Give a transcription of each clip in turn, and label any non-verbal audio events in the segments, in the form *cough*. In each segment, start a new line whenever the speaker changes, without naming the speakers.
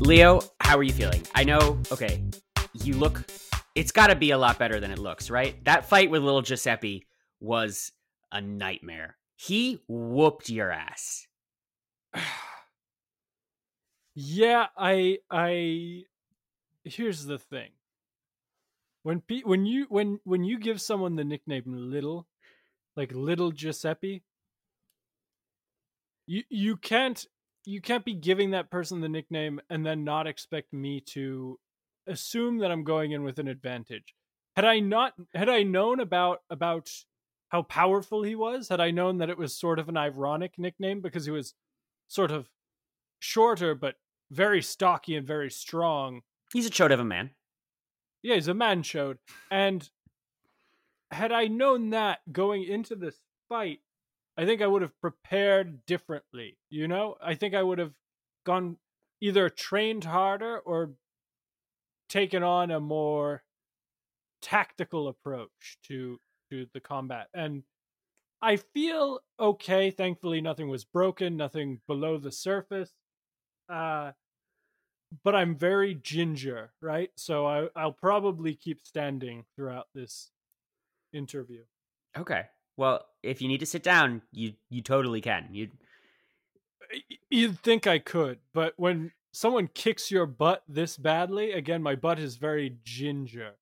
Leo, how are you feeling? I know, okay, you look, it's got to be a lot better than it looks, right? That fight with little Giuseppe was a nightmare. He whooped your ass.
yeah, I I here's the thing. When pe- when you when when you give someone the nickname little, like little Giuseppe, you you can't you can't be giving that person the nickname and then not expect me to assume that I'm going in with an advantage. Had I not had I known about about how powerful he was, had I known that it was sort of an ironic nickname because he was sort of shorter but very stocky and very strong.
He's a chode of a man.
Yeah, he's a man chode. And had I known that going into this fight, I think I would have prepared differently. You know, I think I would have gone either trained harder or taken on a more tactical approach to to the combat. And I feel okay. Thankfully, nothing was broken, nothing below the surface. Uh, but I'm very ginger, right? So I, I'll probably keep standing throughout this interview.
Okay. Well, if you need to sit down, you you totally can. You
You'd think I could, but when someone kicks your butt this badly, again, my butt is very ginger,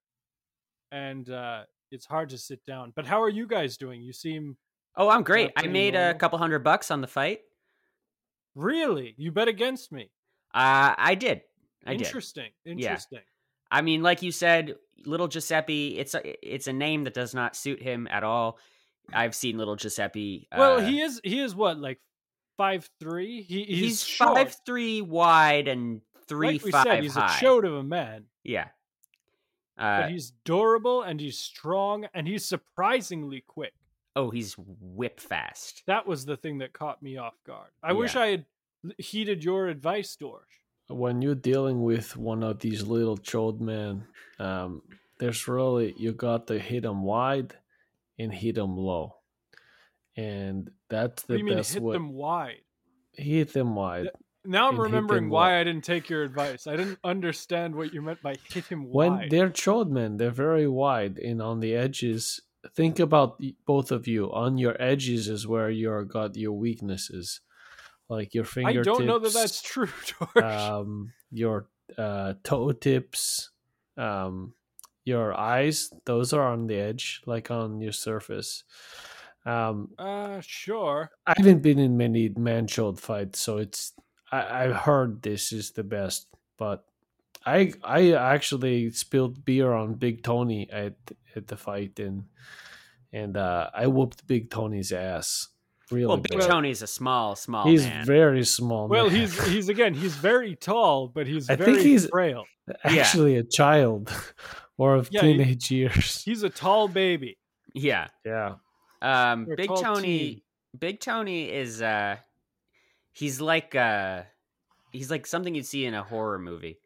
and uh, it's hard to sit down. But how are you guys doing? You seem
Oh, I'm great. I
pretty
made a
normal.
couple hundred bucks on the fight.
really. You bet against me.
Uh I did. I did.
interesting. Interesting.
I mean, like you said, little Giuseppe, it's a, it's a name that does not suit him at all. I've seen little Giuseppe.
Well,
uh,
he is. He is what like five three. He he's,
he's
short.
five three wide and three
like we
five
said, he's
high.
a chode of a man,
Yeah.
but
Uh,
he's durable and he's strong and he's surprisingly quick.
oh, he's whip fast.
That was the thing that caught me off guard. I wish
Yeah.
I had heeded your advice, Dorsh.
when you're dealing with one of these little chode men, um, there's really you got to hit them wide and hit them low, and that's
What
the
do you mean
best
hit
way.
them wide?
Hit them wide.
Now I'm
And hit
remembering
them
why
wide.
I didn't take your advice. I didn't understand what you meant by hit him
when
wide.
they're chode men, they're very wide and on the edges. Think about y- both of you. On your edges is where you got your weaknesses, like your
I
fingertips.
don't know that that's *laughs* true, Dorsh.
um, your uh, toe tips, um, your eyes, those are on the edge, like on your surface. Um,
uh, sure.
I haven't been in many man child fights, so it's I, I've heard this is the best, but I I actually spilled beer on Big Tony at at the fight and and uh, I whooped Big Tony's ass. Really,
well, Big
bad.
Tony's a small, small
he's
man.
very small.
oh, Well,
man. *laughs*
he's he's again. He's very tall, but he's
I
very
think he's-
frail.
Yeah.
actually a child *laughs* or of
Yeah, he-
teenage
*laughs*
years. *laughs*
He's a tall baby.
yeah.
Yeah.
Um,
Or
Big
tall
Tony.
teen.
Big Tony is uh, he's like uh, he's like something you'd see in a horror movie.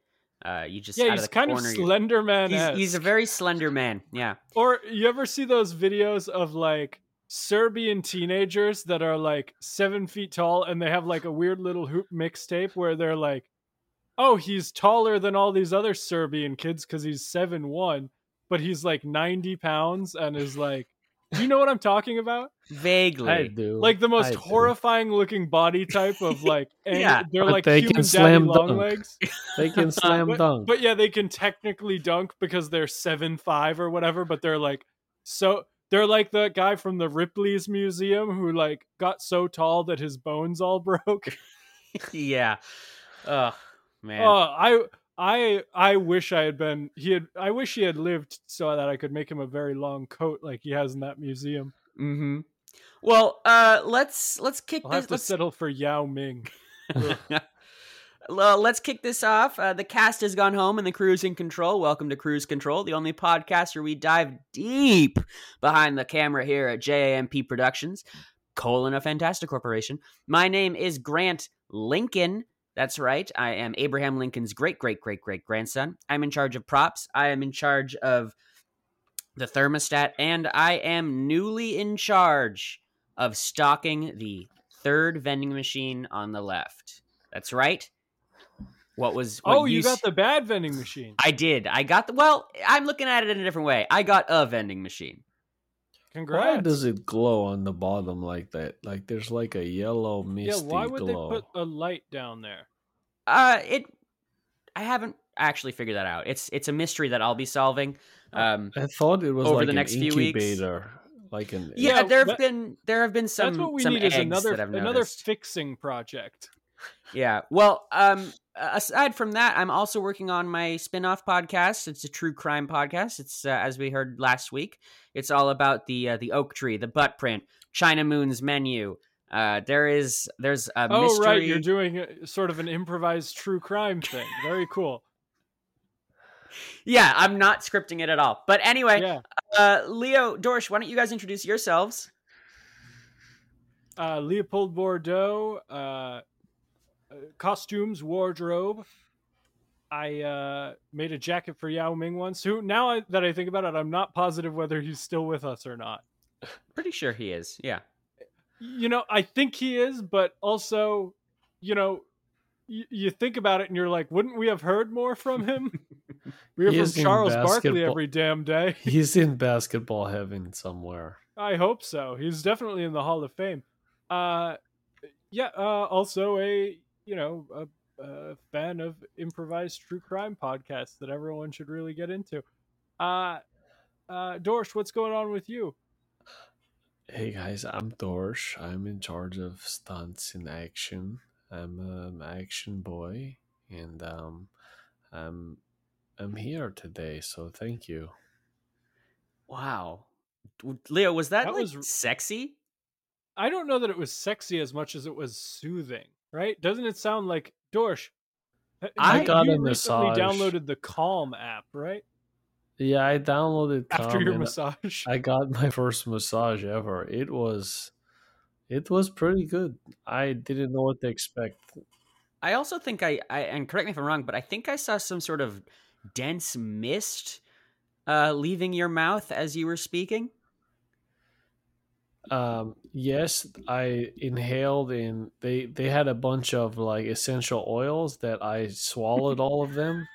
Uh, you just out
Yeah,
of
he's
the
kind of
corner. you-
slender man.
he's, he's a very slender man. Yeah.
Or you ever see those videos of like Serbian teenagers that are like seven feet tall and they have like a weird little hoop mixtape where they're like, oh, he's taller than all these other Serbian kids because he's seven one, but he's like 90 pounds and is like, do you know what I'm talking
*laughs*
about?
Vaguely.
I
*laughs*
do.
Like the
I
most
do.
horrifying looking body type of
*laughs*
like, ang-
Yeah.
they're
But
like
they
human
can
daddy
slam
long
dunk.
legs. *laughs*
They can slam
uh, But-
dunk.
But yeah, they can technically dunk because they're seven five or whatever, but they're like so they're like the guy from the Ripley's Museum who like got so tall that his bones all *laughs* broke.
yeah. Oh
Oh,
man.
I I I wish I had been he had I wish he had lived so that I could make him a very long coat like he has in that museum.
Mm-hmm. Well, uh, let's let's kick
I'll
this.
have to settle for Yao Ming.
let's, Well, let's kick this off. Uh, the cast has gone home, and the crew's in control. Welcome to Cruise Control, the only podcast where we dive deep behind the camera here at JAMP Productions, colon a fantastic corporation. My name is Grant Lincoln. That's right. I am Abraham Lincoln's great great great great grandson. I'm in charge of props. I am in charge of the thermostat, and I am newly in charge of stocking the third vending machine on the left. That's right. What was? What
Oh, you
use-
got the bad vending machine.
I did. I got the. Well, I'm looking at it in a different way. I got a vending machine.
Why
Congrats.
does it glow on the bottom like that? Like there's like a yellow
yeah,
misty
why would
glow.
they put a light down there?
Uh, it. I haven't actually figured that out. It's it's a mystery that I'll be solving.
Oh,
Um,
I thought it was
over
like
the
an
next few weeks?
incubator, like an
yeah,
Yeah,
there have
that-
been there have been some
That's what we
some
need
eggs
is another
that I've
another
noticed.
fixing project.
Yeah. Well, um aside from that, I'm also working on my spin-off podcast. It's a true crime podcast. It's uh, as we heard last week. It's all about the uh, the oak tree, the butt print, China Moon's menu. Uh there is there's a
Oh
mystery
right, you're doing a, sort of an improvised true crime thing. Very cool.
Yeah, I'm not scripting it at all. But anyway,
Yeah.
uh Leo, Dorsh, why don't you guys introduce yourselves?
Uh, Leopold Bordeaux, uh, uh, costumes, wardrobe. I uh, made a jacket for Yao Ming once. Who now I, that I think about it, I'm not positive whether he's still with us or not.
Pretty sure he is. Yeah.
you know i think he is but also you know y- you think about it and you're like wouldn't we have heard more from
*laughs*
him we
He
hear
is
from
in
charles barkley
basketball.
every damn day
He's in basketball heaven somewhere.
i hope so he's definitely in the hall of fame uh yeah uh also a you know a, a fan of improvised true crime podcasts that everyone should really get into uh uh dorsh what's going on with you
Hey guys, I'm Dorsh. I'm in charge of stunts in action. I'm an action boy, and um, I'm I'm here today. So thank you.
Wow. W- Leo, was that,
That
like
was-
sexy?
I don't know that it was sexy as much as it was soothing, right? Doesn't it sound like Dorsh? uh,
I
you-
got
you
a
recently
massage.
downloaded the Calm app, right? *laughs*
Yeah, I downloaded
After
Calm
your
and
massage.
I got my first massage ever. It was it was pretty good. I didn't know what to expect.
I also think I, I and correct me if I'm wrong, but I think I saw some sort of dense mist uh, leaving your mouth as you were speaking.
Um, yes, I inhaled in. They they had a bunch of like essential oils that I swallowed all of them,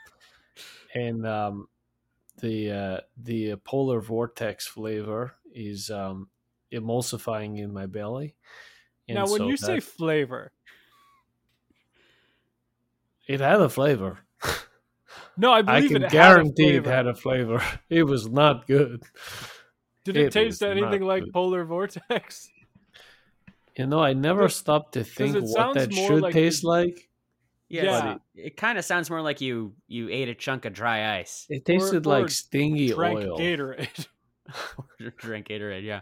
and um, the uh, the polar vortex flavor is um, emulsifying in my belly. And
now, when
so
you say
that-
flavor,
it had a flavor,
no, I
I
believe
can
it
guarantee
had a
it
flavor.
had a flavor. *laughs* It was not good.
Did it,
it was
taste
not
anything like
good.
Polar Vortex? *laughs*
You know, I never
Does-
stopped to think
it
what
sounds
that
more
should
like the-
taste like.
Yeah,
Yeah.
it's- it kind of sounds more like you you ate a chunk of dry ice
It tasted
or
like stingy
Drank
oil.
Gatorade.
or drank Gatorade. Yeah.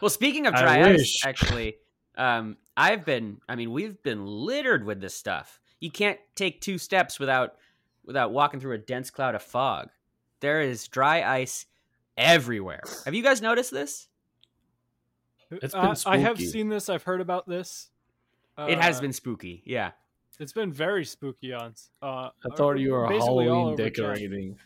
Well, speaking of
I
dry ice,
wish.
actually, um, I've been I mean we've been littered with this stuff. You can't take two steps without without walking through a dense cloud of fog. There is dry ice everywhere. Have you guys noticed this?
It's
Uh,
been
I have
spooky.
seen this. I've heard about this.
it has
Uh,
been spooky. Yeah.
It's been very spooky on. s- Uh,
I thought you were
basically all
Halloween
over town.
decorating.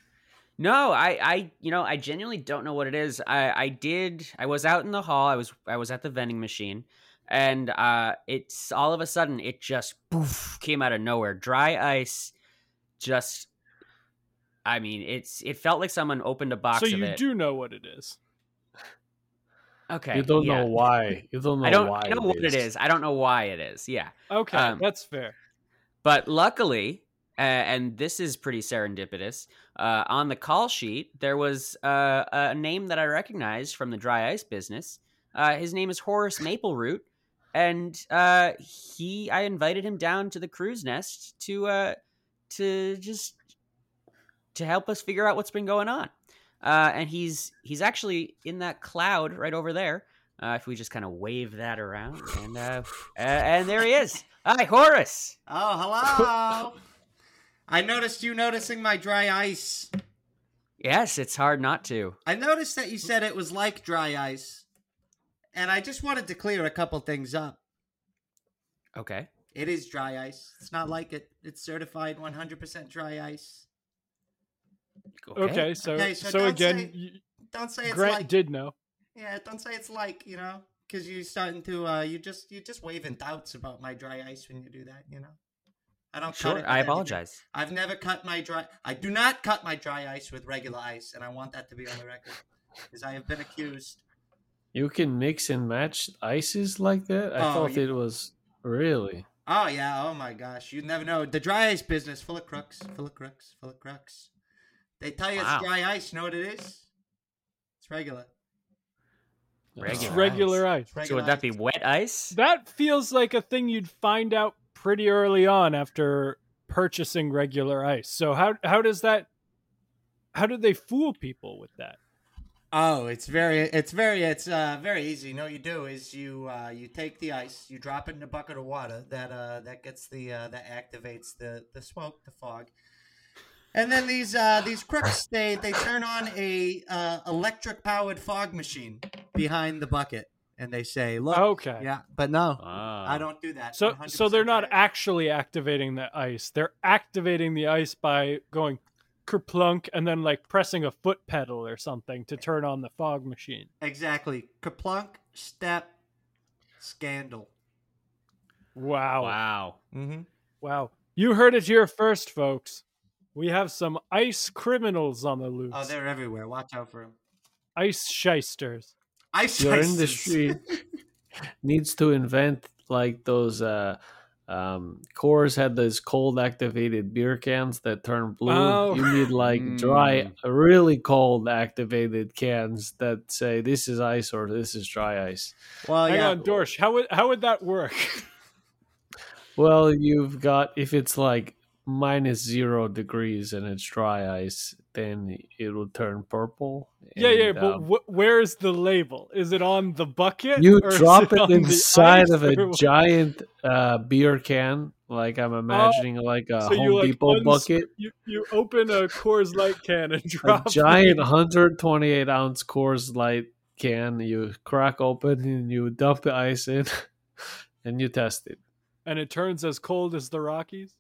No, I, I, you know, I genuinely don't know what it is. I, I did. I was out in the hall. I was, I was at the vending machine, and uh, it's all of a sudden it just poof came out of nowhere. Dry ice, just. I mean, it's it felt like someone opened a box
So
of
you
it.
do know what it is.
okay,
You don't
yeah.
know
*laughs*
why. You don't know
I don't
why.
I know what it is. I don't know why it is. Yeah,
Okay,
Um,
that's fair.
But luckily, uh, and this is pretty serendipitous, uh, on the call sheet, there was uh, a name that I recognized from the dry ice business. Uh, his name is Horace Mapleroot. And uh, he, I invited him down to the cruise nest to, uh, to just to help us figure out what's been going on. Uh, and he's he's actually in that cloud right over there. Uh, if we just kind of wave that around, and uh, uh, and there he is. Hi, Horace.
Oh, hello. I noticed you noticing my dry ice.
Yes, it's hard not to.
I noticed that you said it was like dry ice. And I just wanted to clear a couple things up.
Okay.
It is dry ice. It's not like it. It's certified 100% dry ice.
Okay, so
Okay,
so,
so don't
again,
say-
you-
Don't say it's
Grant
like
did know.
Yeah, don't say it's like, you know, cuz you're starting to uh you just you just waving doubts about my dry ice when you do that, you know. I don't cut it.
Sure,
with
I
anything.
apologize.
I've never cut my dry. I do not cut my dry ice with regular ice, and I want that to be on the record because I have been accused.
You can mix and match ices like that. I
Oh,
thought
yeah.
it was really.
Oh yeah, oh my gosh, you never know. The dry ice business, full of crooks, full of crooks, full of crooks. They tell you
Wow.
it's dry ice. You know what it is? It's regular.
*laughs*
It's
Regular
regular ice.
It's regular
So would that be
ice.
wet ice?
That feels like a thing you'd find out pretty early on after purchasing regular ice. So how how does that how do they fool people with that?
Oh, it's very, it's very, it's uh, very easy. You know what you do is you uh, you take the ice, you drop it in a bucket of water that uh, that gets the uh, that activates the the smoke, the fog, and then these uh, these crooks they they turn on a uh, electric powered fog machine behind the bucket, and they say, "Look,
Okay. Uh,
yeah, but no,
Ah.
I don't do that."
So
100%
so they're not
dry ice.
actually activating the ice. They're activating the ice by going kerplunk and then like pressing a foot pedal or something to turn on the fog machine.
exactly kaplunk step scandal.
Wow. Wow.
Wow.
Mm-hmm.
You heard it here first, folks. We have some ice criminals on the loose.
Oh, they're everywhere. Watch out for them.
ice shysters.
Ice
Your
ices.
industry needs to invent like those. Uh, um, Coors had those cold activated beer cans that turn blue.
Oh.
You need like dry, really cold activated cans that say this is ice or this is dry ice.
Well,
Hang
Oh, yeah.
on, Dorsch. How would how would that
*laughs*
work?
Well, you've got if it's like minus zero degrees and it's dry ice, then it will turn purple.
yeah, yeah,
and,
but
um,
wh- where is the label? Is it on the bucket?
you
or is *laughs*
drop
on
it
the
inside
ice,
of a
or what?
giant uh, beer can, like I'm imagining, like a
Oh, So you,
Home
like,
Depot
uns-
bucket,
You you open a Coors Light can and
a
drop
giant 128 ounce Coors Light can. You crack open and you dump the ice in, *laughs* and you test it.
and it turns as cold as the Rockies.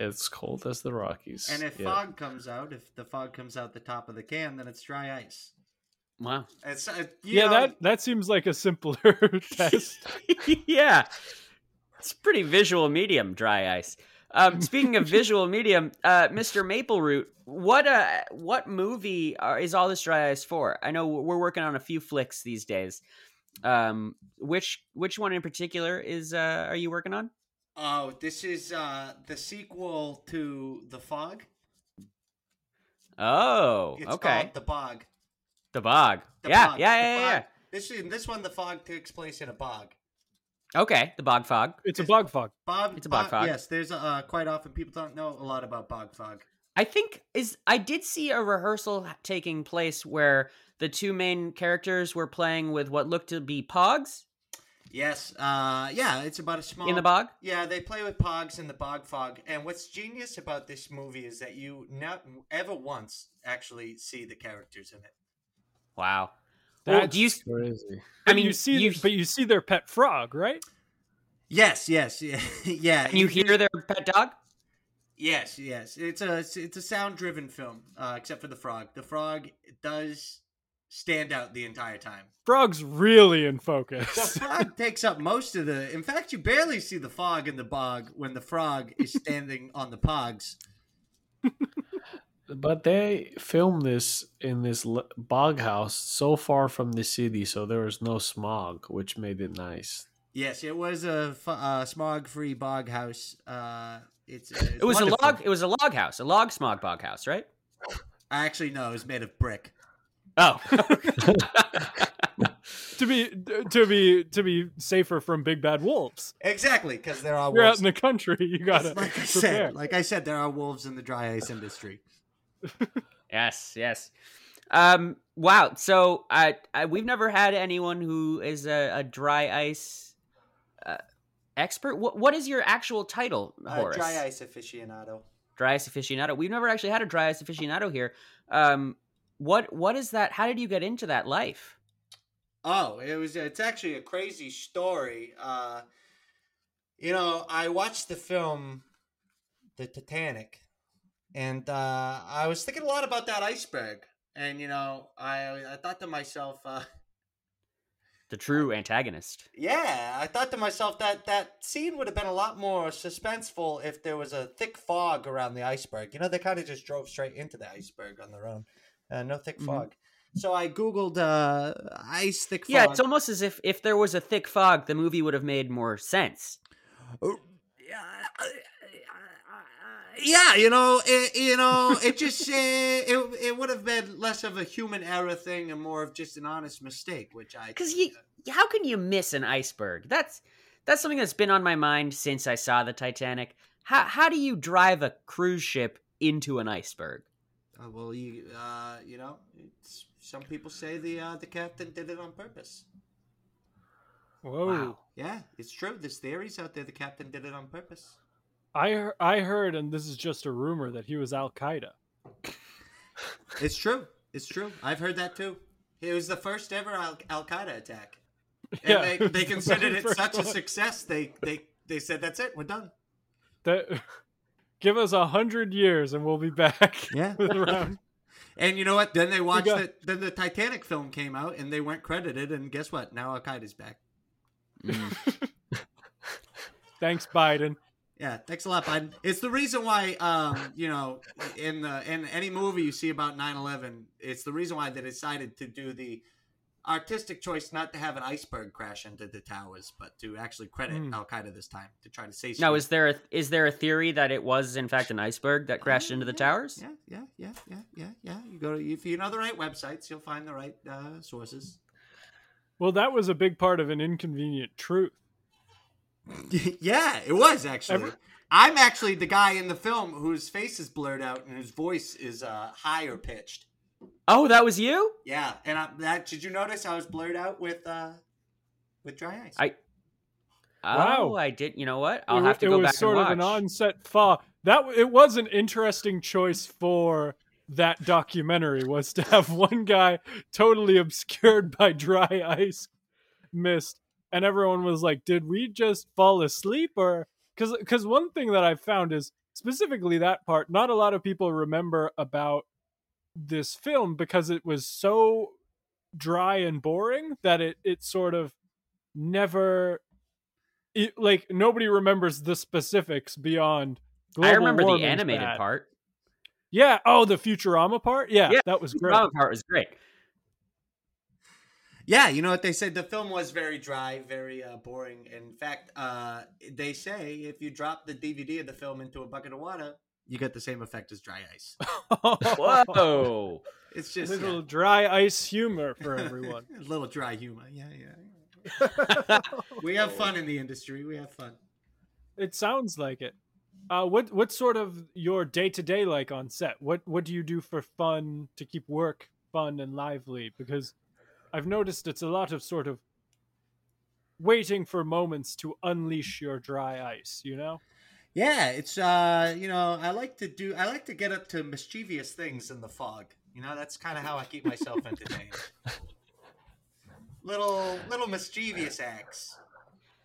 It's cold as the Rockies.
And if
Yeah.
fog comes out, if the fog comes out the top of the can, then it's dry ice.
Wow.
It's uh, you
Yeah,
know,
that that seems like a simpler *laughs* test.
*laughs* yeah. It's a pretty visual medium, dry ice. Um, speaking of visual medium, uh, Mr. Maple Root, what uh, what movie are, is all this dry ice for? I know we're working on a few flicks these days. Um, which which one in particular is uh, are you working on?
Oh, this is uh, the sequel to the fog.
Oh,
It's
okay,
called the bog.
the bog.
The
yeah,
Bog,
yeah,
The
yeah, yeah,
Bog. This in this one, the fog takes place in a bog.
yeah. Okay, the bog fog.
It's a bog fog.
Bob,
It's a bog fog.
Yes, there's uh, quite often people don't know a lot about bog fog.
I think is I did see a rehearsal h- taking place where the two main characters were playing with what looked to be pogs
Yes, uh, yeah, it's about a small
in the bog.
Yeah, they play with Pogs and the Bog Fog. And what's genius about this movie is that you not ever once actually see the characters in it.
Wow. Well, do you?
That's-
I
crazy.
but
mean,
you see,
you-
but you see their pet frog, right?
Yes, yes, *laughs* yeah, yeah.
You hear their pet dog?
Yes, yes. It's a it's, it's a sound driven film, uh, except for the frog. The frog does stand out the entire time.
Frog's really in
The
*laughs*
focus.
frog takes up most of the. In fact, you barely see the fog in the bog when the frog is standing on the pogs.
But they filmed this in this l- bog house so far from the city, so there was no smog, which made it nice.
Yes, it was a f- uh, smog free bog house. Uh, it's, uh, it's
It was
wonderful.
a log. It was a log house, a log smog bog house, right?
Actually, no, it was made of brick.
*laughs*
Oh,
to be to be to be safer from big bad wolves.
Exactly, because there are
You're out
wolves.
in the country. You gotta
like
prepare.
I said, like I said, there are wolves in the dry ice industry.
yes, yes. Um, wow. So I, I we've never had anyone who is a, a dry ice uh, expert. What what is your actual title,
Uh,
Horace?
ice aficionado.
dry ice aficionado. We've never actually had a dry ice aficionado here. Um, what what is that? How did you get into that life?
Oh, it was. It's actually a crazy story. Uh, you know, I watched the film, The Titanic, and uh, I was thinking a lot about that iceberg. And you know, I I thought to myself, uh,
the true antagonist.
*laughs* Yeah, I thought to myself that that scene would have been a lot more suspenseful if there was a thick fog around the iceberg. You know, they kind of just drove straight into the iceberg on their own. Uh, no thick
Mhm.
fog. So I googled uh, ice thick fog.
Yeah, it's almost as if if there was a thick fog, the movie would have made more sense.
Oh, yeah, yeah, you know, it, you know, it just uh, it it would have been less of a human error thing and more of just an honest mistake, which I
Because
think,
you, how can you miss an iceberg? That's that's something that's been on my mind since I saw the Titanic. How how do you drive a cruise ship into an iceberg?
uh, uh, well, you uh, you know, it's, some people say the uh, the captain did it on purpose.
Whoa.
Wow.
Yeah, it's true. There's theories out there the captain did it on purpose.
I he- I heard, and this is just a rumor, that he was Al Qaeda.
It's true. It's true. I've heard that too. It was the first ever Al Qaeda attack. And
Yeah, it
they,
was
they
the
considered
very
it
first
such a
one.
success. They they they said that's it. We're done.
That *laughs* give us a hundred years, and we'll be back.
Yeah.
*laughs* with round-
And you know what? Then they watched
got-
it. Then the Titanic film came out, and they weren't credited. And guess what? Now Al Qaeda's back.
Thanks, Biden.
Yeah, thanks a lot, Biden. It's the reason why, um, you know, in the in any movie you see about 9-11, it's the reason why they decided to do the artistic choice not to have an iceberg crash into the towers, but to actually credit
Mm.
Al Qaeda this time to try to say.
Now,
something.
is there a, is there a theory that it was in fact an iceberg that crashed into the
Yeah,
towers?
Yeah, yeah, yeah, yeah, yeah, yeah. You go to if you know the right websites, you'll find the right uh, sources.
Well, that was a big part of an inconvenient truth.
*laughs* yeah, it was actually.
Every-
I'm actually the guy in the film whose face is blurred out and whose voice is uh, higher pitched.
Oh, that was you.
Yeah, and I, that did you notice? I was blurred out with uh, with dry ice.
I- Oh,
Wow.
I did. You know what? I'll
it,
have to
it
go
was
back
sort
and watch.
of an onset fa. That w- it was an interesting choice for that documentary was to have *laughs* one guy totally obscured by dry *laughs* ice mist, and everyone was like, "Did we just fall asleep?" Or because because one thing that I've found is specifically that part. Not a lot of people remember about this film because it was so dry and boring that it it sort of never it, like nobody remembers the specifics beyond global
I remember the
warming's
animated
bad.
part.
yeah oh the futurama part yeah,
Yeah,
that
*laughs*
was
The
great
drama part was
*laughs*
great.
yeah, you know what they said. The film was very dry, very uh, boring. In fact, uh, they say if you drop the DVD of the film into a bucket of water, you get the same effect as dry
*laughs*
ice.
Whoa!
It's just yeah.
little dry ice humor
*laughs*
for everyone
a little dry humor. Yeah, yeah.
*laughs*
We have fun in the industry. We have fun.
it sounds like it uh, what what sort of your day to day like on set? What what do you do for fun to keep work fun and lively? Because I've noticed it's a lot of sort of waiting for moments to unleash your dry ice. You know,
Yeah, it's uh, you know, I like to do I like to get up to mischievous things in the fog. You know, that's kind of how I keep myself entertained. little little mischievous acts.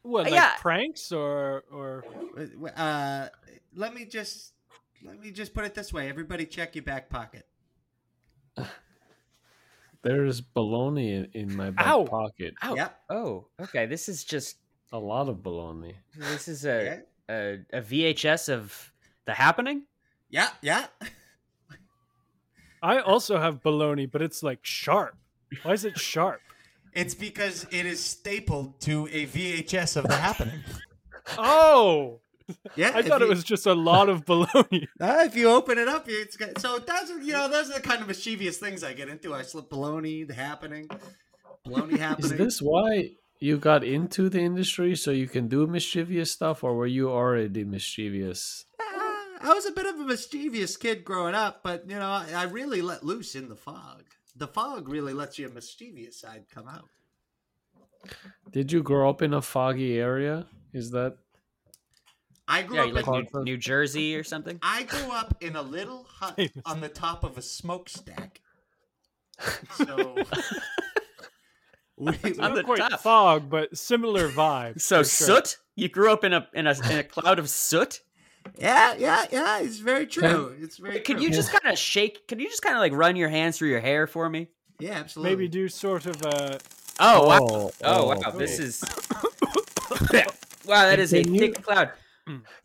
what like
Uh, Yeah.
pranks or or
Uh, let me just let me just put it this way. Everybody check your back pocket.
There's bologna in, in my back
Ow.
pocket.
Oh,
Yep.
oh, okay. This is just
A lot of bologna.
this is
Yeah.
a a, a VHS of the happening.
Yeah, yeah.
I also have bologna, but it's like sharp. Why is it sharp?
It's because it is stapled to a VHS of the happening.
Oh,
*laughs* Yeah,
I
if
thought it
you-
was just a lot
*laughs*
of bologna.
Uh, if you open it up, it's got, so those are you know those are the kind of mischievous things I get into. I slip baloney, the happening,
*laughs*
baloney
Is
happening.
this why you got into the industry so you can do mischievous stuff, or were you already mischievous?
Ah, I was a bit of a mischievous kid growing up, but you know I, I really let loose in the fog. The fog really lets your mischievous side come out.
Did you grow up in a foggy area? Is that
I grew
Yeah,
up.
like
in,
New, New Jersey or
*laughs*
something.
I grew up in a little hut on the top of
*laughs*
a smokestack. So. We,
On
Not
the
quite
top.
fog, but similar
*laughs*
vibe.
So
for sure.
soot. You grew up in a in a in a cloud of soot.
yeah, yeah, yeah. It's very true. It's very.
Could
true.
you just kind of shake? Could you just kind of like run your hands through your hair for me?
Yeah, absolutely.
maybe do sort of a
Oh, wow.
Oh,
Oh,
oh.
wow. This is.
*laughs*
wow, that is a
Can you-
thick cloud.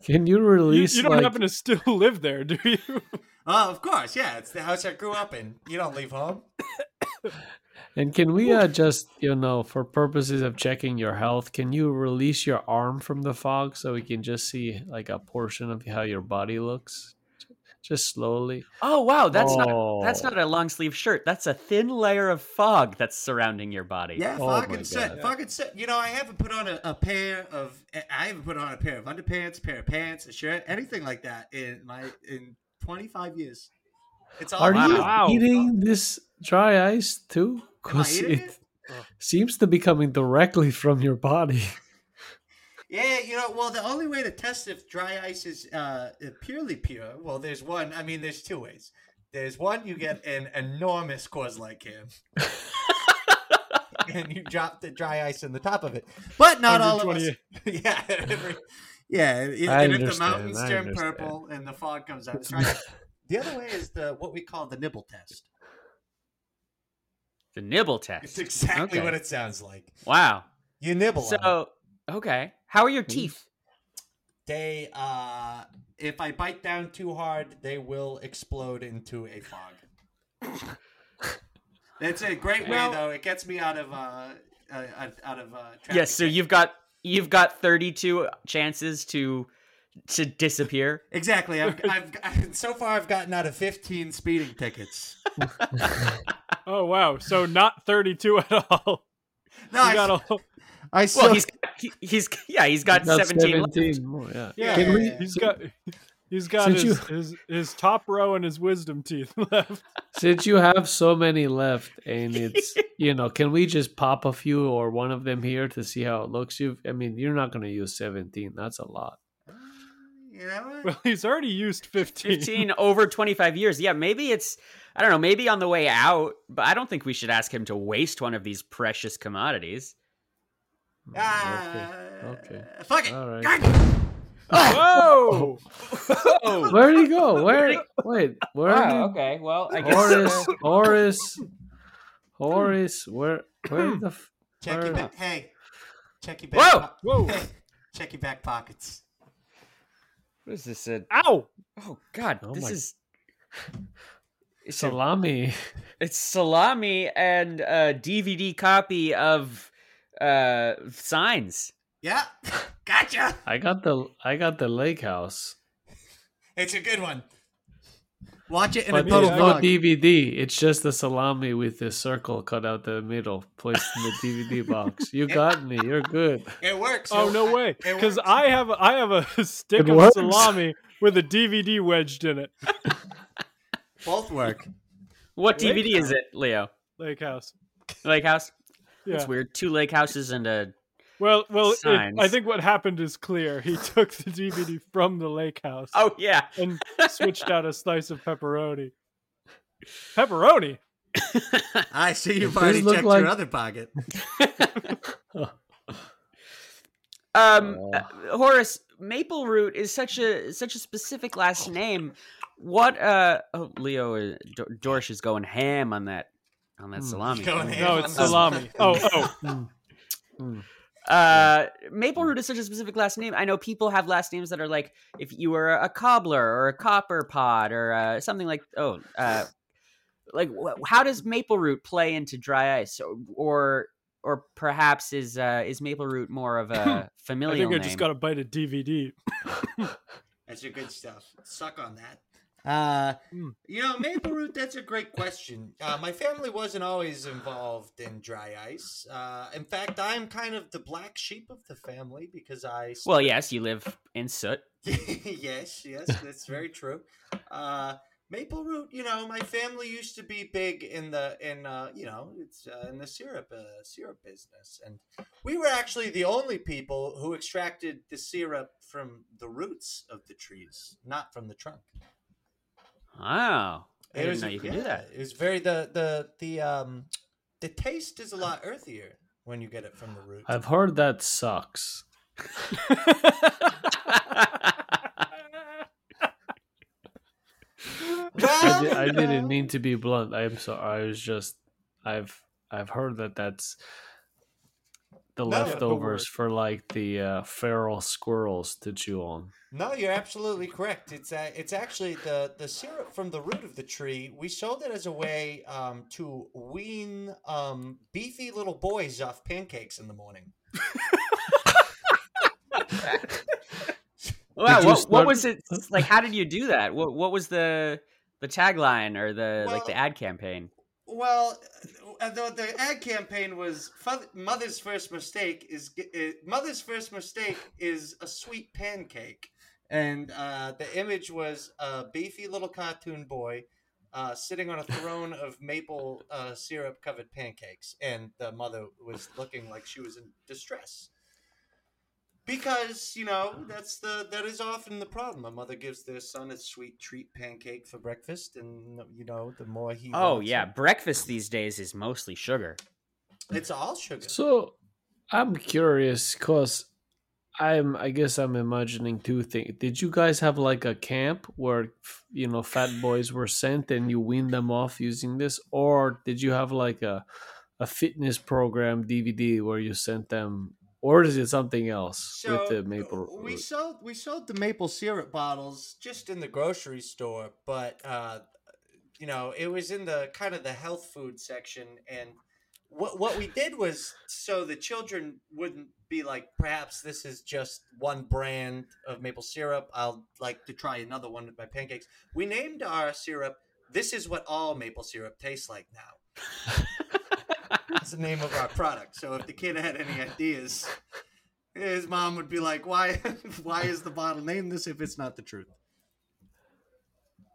Can you
You,
release
you don't
like
happen to still *laughs* live there, do you? *laughs*
Oh, of course, yeah. It's the house I grew up in. You don't leave home.
and can we uh, just you know for purposes of checking your health, can you release your arm from the fog so we can just see like a portion of how your body looks? Just slowly.
Oh, wow. That's not.
oh.
That's not a long sleeve shirt. That's a thin layer of fog that's surrounding your body.
Yeah,
Oh my
fucking
God.
set, fucking set. You know, I haven't put on a, a pair of, I haven't put on a pair of underpants, pair of pants, a shirt, anything like that in my in 25 years. It's all
Are you
Oh, Wow.
eating this dry ice too?
Am I
Because
eating
it,
it?
seems to be coming directly from your body.
Yeah, you know, well, the only way to test if dry ice is uh, purely pure, well, there's one. I mean, there's two ways. There's one, you get an
*laughs*
enormous Kozlike can, and you drop the dry ice in the top of it. But not all of us. *laughs* yeah, every- yeah. it-
I
and if the
understand,
mountains
I
turn
understand.
purple and the fog comes out, it's right. the other way is the what we call the nibble test.
The nibble
*laughs*
It's
test.
exactly
Okay.
what it sounds like.
Wow.
You nibble. on it.
So, okay. How are your teeth? *laughs*
they uh if I bite down too hard, they will explode into a fog. That's a great way
Well-
though. It gets me out of uh, uh out of uh traffic.
Yes. So you've got you've got 32 chances to to disappear. *laughs*
Exactly. I've, I've *laughs* so far I've gotten out of 15 speeding
*laughs*
tickets.
Oh wow! So not thirty-two at all. *laughs*
No,
You
I,
got all.
I
Well,
still
he's he, he's yeah, he's got
Not
17. left.
17 more, Oh, yeah.
Yeah,
Can we-
he's got. He's got
Since
his, his his top row and his wisdom teeth *laughs* left.
Since you have so many left,
*laughs*
and it's you know, can we just pop a few or one of them here to see how it looks? You, I mean, you're not going to use 17. That's a lot.
you know what?
Well, he's already used fifteen.
15 over 25 years. Yeah, maybe it's I don't know, maybe on the way out, but I don't think we should ask him to waste one of these precious commodities.
Ah,
Okay.
Fuck it.
All right.
God.
Whoa!
Oh.
Where did he
*laughs*
go? Where? Wait, where?
Wow,
did
Ah, okay. Well, I guess
Horace,
uh, *laughs*
Horace, Horace. Where? Where the? f-
Check
Where-
your back. Hey. Check your back.
Whoa!
po-
Whoa!
Hey, check your back pockets.
what is this? A,
Ow!
oh god,
Oh
this
my-
is it's, a-
Salami.
it's salami and a DVD copy of uh signs.
Yeah. *laughs* Gotcha.
I got the. I got the lake house,
It's a good one. Watch it in
but
a
there's
total
yeah, I
no
vlog.
DVD. It's just the salami with the circle cut out the middle, placed in the DVD box.
*laughs*
You got me. You're good.
It works.
Oh
It-
no way!
it
Because
works.
I have I have a *laughs* stick
It
of
works.
salami with a DVD wedged in it.
both work.
What
Lake
DVD is it, Leo?
Lake house.
Lake house?
Yeah.
That's weird. Two lake houses and a
Well, well, it-
Signs.
I think what happened is clear. He *laughs* took the DVD from the lake house
Oh yeah.
and switched out a slice of
*laughs*
pepperoni. Pepperoni.
I see you've
It does
already
look
checked
like-
your other *laughs* pocket.
Um,
Uh.
uh, Horace Maple Root is such a such a specific
Oh.
last name. What? Uh, oh, Leo uh, Dor- Dorsh is going ham on that on that
Hmm.
salami.
Going ham.
No, it's salami. Oh, oh,
Mm. Mm.
Uh, Maple
Mm.
Root is such a specific last name. I know people have last names that are like if you were a cobbler or a copper pod or uh, something like oh, uh, like wh- how does Maple Root play into dry ice or or, or perhaps is uh, is Maple Root more of a
*laughs* I
familial
think I
name?
just got a bite of DVD.
That's your good stuff. Suck on that. Uh,
Mm.
you know, maple root. That's a great question. Uh, my family wasn't always involved in dry ice. Uh, in fact, I'm kind of the black sheep of the family because I
Well, yes, you live in soot.
*laughs* yes, yes, that's very true. Uh, maple root, you know, my family used to be big in the in uh, you know it's uh, in the syrup uh, syrup business, and we were actually the only people who extracted the syrup from the roots of the trees, not from the trunk.
*laughs*
Wow. I
It
didn't
was-
know you could
yeah,
do that.
It was very the the the um the taste is a lot earthier when you get it from the root.
I've heard that sucks.
*laughs*
I, di- I
you
didn't
know.
mean to be blunt. I'm sorry. I was just I've I've heard that that's the
No,
leftovers
overworked.
for like the uh, feral squirrels to chew on.
No, you're absolutely correct. It's a, it's actually the the syrup from the root of the tree. We sold it as a way um, to wean um, beefy little boys off pancakes in the morning.
Wow, what,
you
what
start-
was
*laughs*
it like? How did you do that? What what was the the tagline or the like the
Well-
ad campaign?
Well, uh, the, the ad campaign was "Fath- mother's first mistake is g- uh, mother's first mistake is a sweet pancake, and uh, the image was a beefy little cartoon boy uh, sitting on a throne of maple uh, syrup covered pancakes, and the mother was looking like she was in distress. Because you know that's the that is often the problem. A mother gives their son a sweet treat pancake for breakfast, and you know the more he
Oh
wants it,
yeah, breakfast these days is mostly sugar.
it's all sugar.
So I'm curious because I'm I guess I'm imagining two things. Did you guys have like a camp where f- you know fat boys were sent and you weaned them off using this, or did you have like a a fitness program DVD where you sent them, or is it something else with the
uh,
maple?
uh, we
root?
sold we sold the maple syrup bottles just in the grocery store, but uh, you know it was in the kind of the health food section, and what what we did was so the children wouldn't be like, perhaps this is just one brand of maple syrup. I'll like to try another one with my pancakes. We named our syrup. This is what all maple syrup tastes like now.
*laughs*
That's the name of our product. So if the kid had any ideas, his mom would be like, "Why, *laughs* why is the bottle named this if it's not the truth?"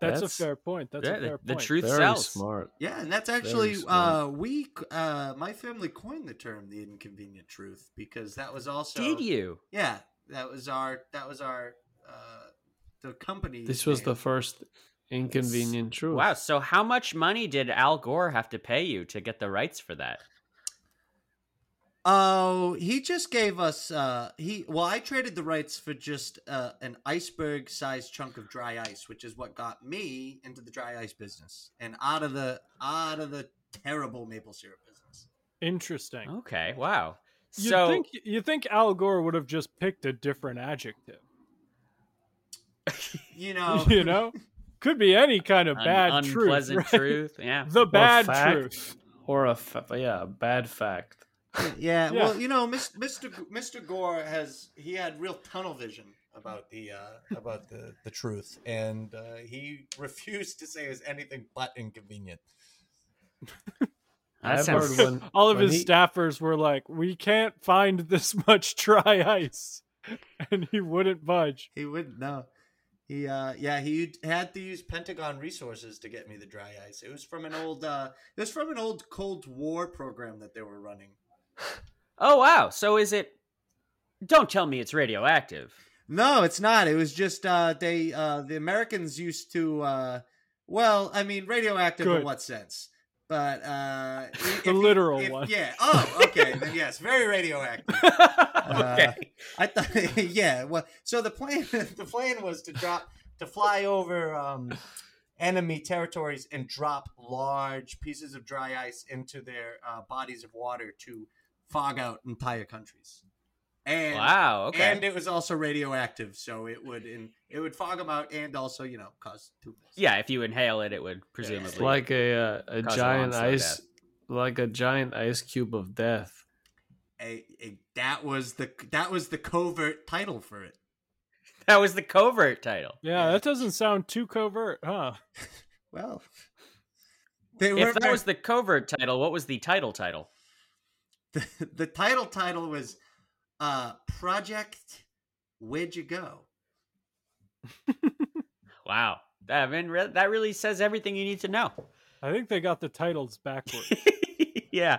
That's,
That's-
a fair point. That's
Yeah,
a
the,
fair
the
point.
truth
Very
sells.
smart.
Yeah, and that's
Very
actually
smart.
uh, we, uh, my family coined the term "the inconvenient truth" because that was also
Did you?
Yeah, that was our that was our uh, the company.
This was the
name.
first inconvenient truth.
Wow. So how much money did Al Gore have to pay you to get the rights for that?
Oh, he just gave us. Uh, he well, I traded the rights for just uh, an iceberg-sized chunk of dry ice, which is what got me into the dry ice business and out of the out of the terrible maple syrup business.
Interesting.
Okay. Wow.
You
so
think you think Al Gore would have just picked a different adjective? *laughs*
You
*laughs*
know,
You know, could be any kind of
an
bad
unpleasant *laughs*
truth. right?
truth.
*laughs*
Yeah.
The
Or
bad
fact,
truth.
or a fa- yeah, a bad fact.
Yeah.
yeah, Well, you know, Mis- Mr. G- Mr. Gore has he had real tunnel vision about the uh, about the the truth, and uh, he *laughs* refused to say it was anything but inconvenient.
That
I've
sounds-
heard when-
All of
when
his
he-
staffers were like, "We can't find this *laughs* much dry ice," *laughs* and he wouldn't budge.
He wouldn't know. He uh yeah, he had to use Pentagon resources to get me the dry ice. It was from an old uh it was from an old Cold War program that they were running.
Oh wow. So is it? Don't tell me it's
*laughs*
radioactive.
No, it's not. It was just uh they uh the Americans used to uh well, I mean radioactive
Good.
in what sense?
*laughs*
But uh if
The
you-
literal
if-
one.
Yeah. Oh, okay.
*laughs*
then yes, very radioactive.
Uh,
okay.
I thought, *laughs* yeah. Well, so the plan, *laughs* the plan was to drop, to fly over um, enemy territories and drop large pieces of dry ice into their uh, bodies of water to fog out entire countries. And
wow. Okay.
and it was also radioactive, so it would in, it would fog them out and also you know cause two.
yeah. If you inhale it, it would
It's
presumably.
like a uh, a
Cause an
giant
onslaught of
ice, like a giant ice cube of death.
A, a, that was the that was the covert title for it.
that was the covert title.
Yeah, that doesn't sound too covert, huh?
Well, they
If that
very-
was the covert title, what was the title title?
the, *laughs* the title title was uh project where'd you go
Wow. That, I mean, re- that really says everything you need to *laughs* know.
I think they got the titles backwards.
yeah.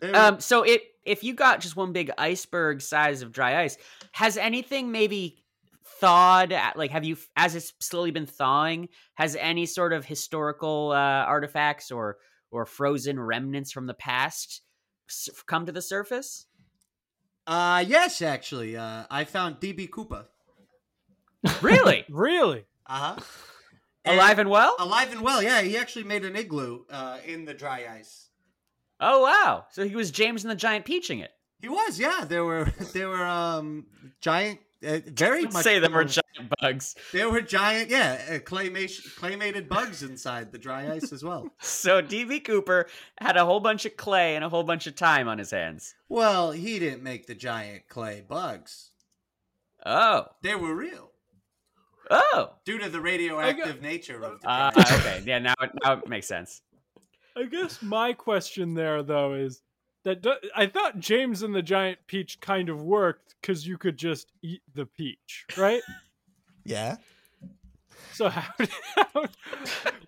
They were-
Um, so it if you got just one big iceberg size of dry ice, has anything maybe thawed? at- Like, have you as it's slowly been thawing? Has any sort of historical uh, artifacts or or frozen remnants from the past s- come to the surface?
uh yes actually uh i found db koopa
Really,
really?
uh-huh
*laughs* alive *laughs* and well?
alive and well yeah he actually made an igloo uh in the dry ice
Oh wow! So he was James and the Giant peaching it.
He was, yeah. There were *laughs* there were um giant, uh, very much
Say them were
uh,
giant bugs.
There were giant, yeah, uh, claymation claymated bugs inside the dry ice as well.
So D.B. Cooper had a whole bunch of clay and a whole bunch of time on his hands.
Well, he didn't make the giant clay bugs.
Oh,
They were real
oh.
due to the radioactive nature of the
Uh,
giant.
okay, yeah. Now it, now it makes sense.
I guess my question there though is that do- I thought James and the Giant Peach kind of worked because you could just eat the peach, right?
yeah.
so how, how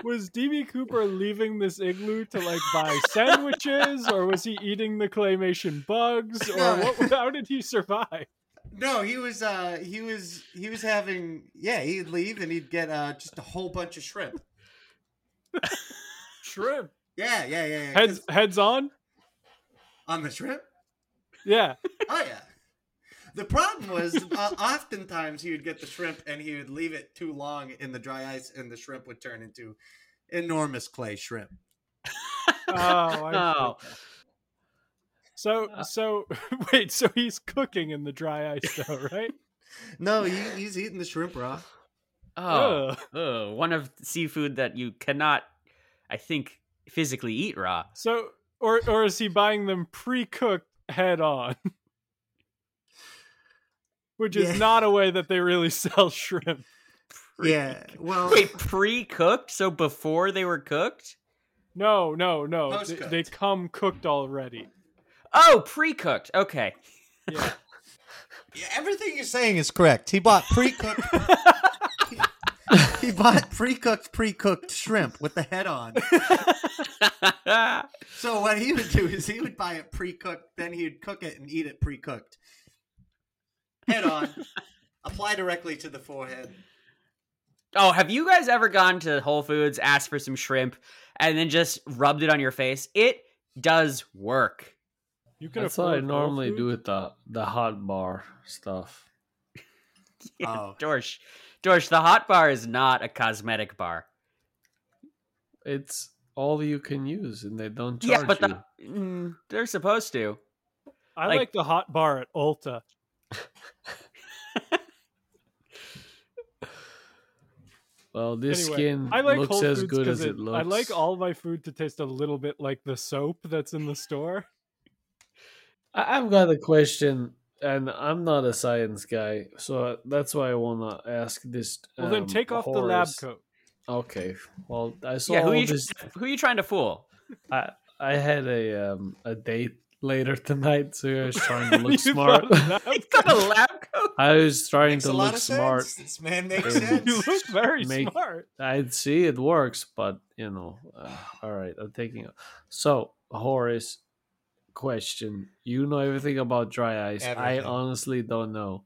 was DB Cooper leaving this igloo to like buy sandwiches, or was he eating the claymation bugs, or what, how did he survive?
No, he was uh he was he was having yeah, he'd leave and he'd get uh just a whole bunch of shrimp.
Shrimp
Yeah, yeah, yeah. yeah. 'cause-
heads heads on.
on the shrimp?
Yeah,
Oh yeah. The problem was uh, oftentimes he would get the shrimp and he would leave it too long in the dry ice and the shrimp would turn into enormous clay shrimp.
Oh, I see.
*laughs* Oh,
so so *laughs* wait, so he's cooking in the dry ice though, right?
No, he, he's eating the shrimp raw.
oh,
Ugh.
ugh. one of seafood that you cannot, I think, physically eat raw.
So, or or is he buying them pre-cooked head on? Which is
Yeah.
not a way that they really *laughs* sell shrimp.
Yeah. Well,
Wait, pre-cooked? So before they were cooked?
No, no, no. They,
Post-cooked.
they come cooked already.
Oh, pre-cooked. Okay. *laughs*
Yeah.
Yeah, everything you're saying is correct. He bought pre-cooked. *laughs* he bought pre-cooked, pre-cooked shrimp with the head on. So what he would do is he would buy it pre-cooked, then he'd cook it and eat it pre-cooked. Head on, apply directly to the forehead.
oh, have you guys ever gone to Whole Foods, asked for some shrimp, and then just rubbed it on your face? It does work.
You can
That's what I
afford Whole
normally do
Foods?
with the the hot bar stuff.
Oh.
Dorsh, Dorsh, the hot bar is not a cosmetic bar.
It's all you can use, and they don't charge
yeah, but
you.
the, mm, they're supposed to.
I
like-
like, the hot bar at Ulta.
Well, this
anyway,
skin
I like
looks
Whole
as
Foods
good
because
as it,
it-
looks.
I like all my food to taste a little bit like the soap that's in the store.
I- I've got a question, and I'm not a science guy, so that's why I want to ask this.
Well, then
um,
take off the lab
Horace.
coat.
Okay. Well, I saw
yeah, who
all
are, you,
this.
tr- who are you trying to
*laughs*
fool?
I I had a um a date later *laughs* tonight, so I was
*laughs*
trying to look
You
smart.
bought a lab
He's got a lab coat.
I was trying
Makes
to
a lot
look
of
smart.
sense.
*laughs*
This man makes
Um,
*laughs* You
sense.
look very
*laughs* Make-
smart.
I'd see it works, but you know, uh, all right, I'm taking it. So, Horace, question: You know everything about dry ice. I
Everything.
honestly don't know.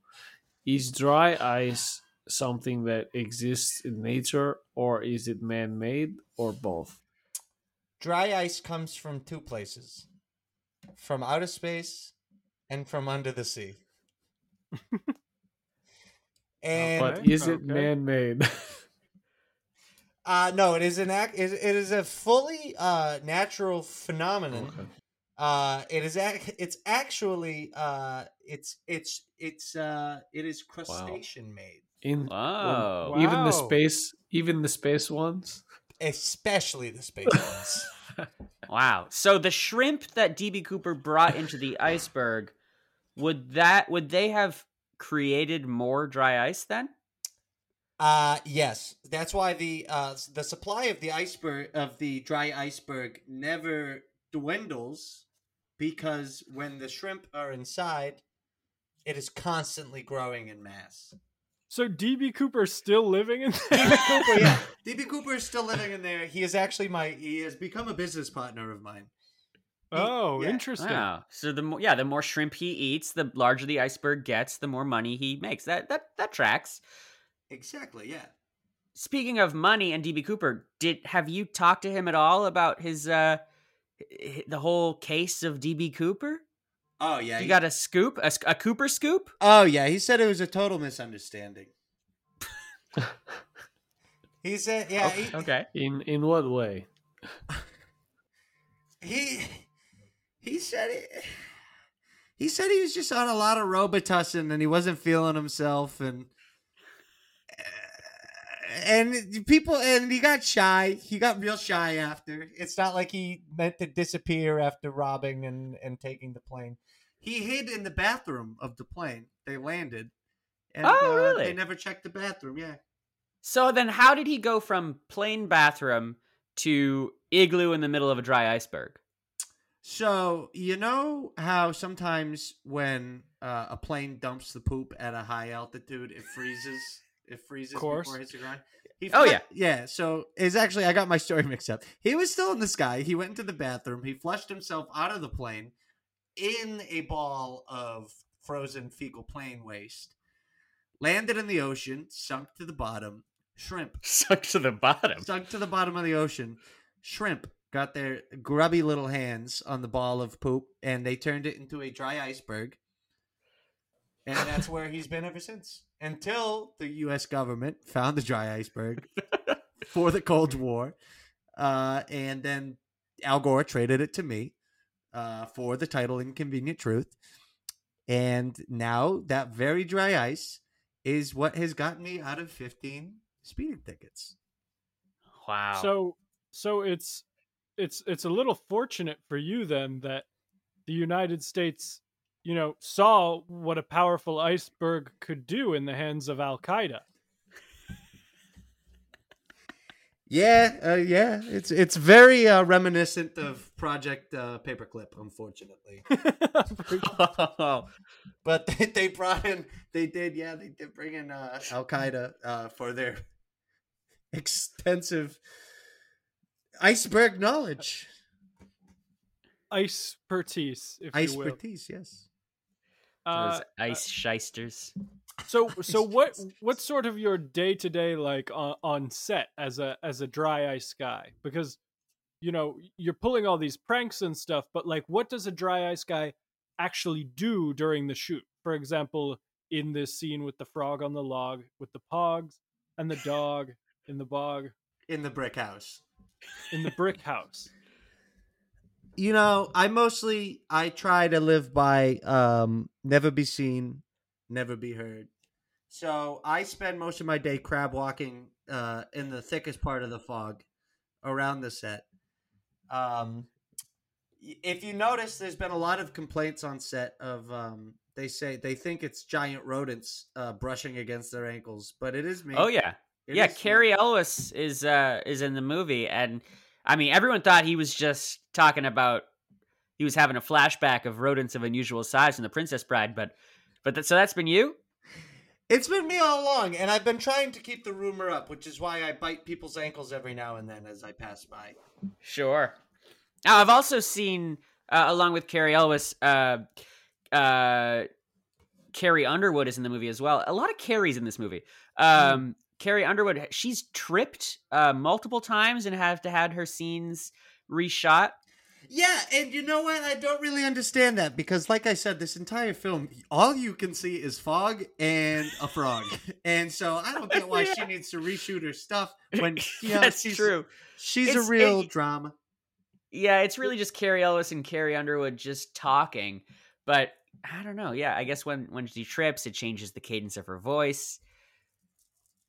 Is dry ice something that exists in nature, or is it man-made, or both?
Dry ice comes from two places from outer space and from under the
*laughs*
sea. and
But is it
okay.
man-made? *laughs*
uh, no, it is an act, it it is a fully uh, natural phenomenon.
Okay.
Uh, it is ac- it's actually uh, it's it's it's uh, it is crustacean made,
In
Wow.
even
Wow.
the space, even the space ones.
especially the space ones.
Wow. So the shrimp that DB Cooper brought into
*laughs*
the iceberg, would that would they have created more dry ice then?
Uh yes, that's why the uh s- the supply of the iceberg of the dry iceberg never dwindles because when the shrimp are inside it is constantly growing
*laughs*
in mass.
So DB Cooper's still living in
DB
there?
Cooper, yeah. DB Cooper is still living in there. He is actually my he has become a business partner of mine.
*laughs* oh,
Yeah.
interesting.
Wow. So the more yeah, the more shrimp he eats, the larger the iceberg gets, the more money he makes. That that that tracks.
Exactly, yeah.
Speaking of money and DB Cooper, did have you talked to him at all about his uh h- the whole case of DB Cooper?
Oh yeah.
You
he-
got a scoop, a, sc- a Cooper scoop?
Oh yeah, he said it was a
*laughs*
total misunderstanding. he said yeah, he,
Okay.
In in what way?
he He said he, he said he was just on a lot of Robitussin and he wasn't feeling himself and uh, and people and he got shy. He got real shy after. It's not like he meant to disappear after robbing and and taking the plane. He hid in the bathroom of the plane. They landed. And,
Oh,
uh,
really?
They never checked the bathroom. Yeah.
So then, how did he go from plain bathroom to igloo in the middle of a dry *laughs* iceberg?
So you know how sometimes when uh, a plane dumps the poop at a high altitude, it freezes. It freezes
Course.
before it hits the ground. He
Oh,
flu-
yeah.
yeah. So it's actually I got my story *laughs* mixed up. He was still in the sky. He went into the bathroom. He flushed himself out of the plane in a ball of frozen fecal plane waste. Landed in the ocean, sunk to the bottom. Shrimp
Sucked to the bottom.
Sunk to the bottom of the ocean. Shrimp got their grubby little hands on the ball of poop and they turned it into a dry iceberg. And that's where he's been ever since. Until the US government found the dry iceberg for the Cold War. Uh, and then Al Gore traded it to me uh, for the title Inconvenient Truth. And now that very dry ice is what has gotten me out of 15 speeding tickets.
Wow. *laughs*
So so it's it's it's a little fortunate for you then that the United States, you know, saw what a powerful iceberg could do in the hands of Al Qaeda.
Yeah, uh, yeah, it's it's very uh, reminiscent of Project uh, Paperclip, unfortunately. *laughs* but they, they brought in, they did, yeah, they did bring in uh, Al Qaeda uh, for their *laughs* extensive iceberg knowledge,
Icepertise, if you will.
expertise. Yes,
Uh,
Those ice shysters.
so so what what sort of your day to day like on, on set as a as a dry ice guy because you know you're pulling all these pranks and stuff but like what does a dry ice guy actually do during the shoot for example in this scene with the frog on the log with the pogs and the dog in the bog
in the brick house.
in the brick house
You know, I mostly I try to live by um, never be seen, never be heard. So I spend most of my day crab walking uh, in the thickest part of the fog around the set. Um, y- if you notice, there's been a lot of complaints on set of um, they say they think it's giant rodents uh, brushing against their ankles, but it is me.
Oh yeah.
It
yeah,
is me.
Carrie Ellis is uh is in the movie and I mean everyone thought he was just talking about he was having a flashback of rodents of unusual size in the Princess Bride, but but that, so that's been you?
It's been me all along, and I've been trying to keep the rumor up, which is why I bite people's ankles every now and then as I pass by.
Sure. Now I've also seen uh, along with Carrie Ellis uh uh Carrie Underwood is in the movie as well. A lot of Carries in this movie.
Hmm.
Um Carrie Underwood, she's tripped uh, multiple times and have to had her scenes
*laughs*
reshot.
Yeah, and you know what? I don't really understand that because, like I said, this entire film, all you can see is fog and
*laughs*
a frog, and so I don't get why she needs to reshoot her stuff when you
*laughs*
know,
That's
she's,
true.
She's
It's-
a real
it-
drama.
Yeah, it's really just Carrie Ellis and Carrie Underwood just talking. But I don't know. Yeah, I guess when when she trips, it changes the cadence of her voice.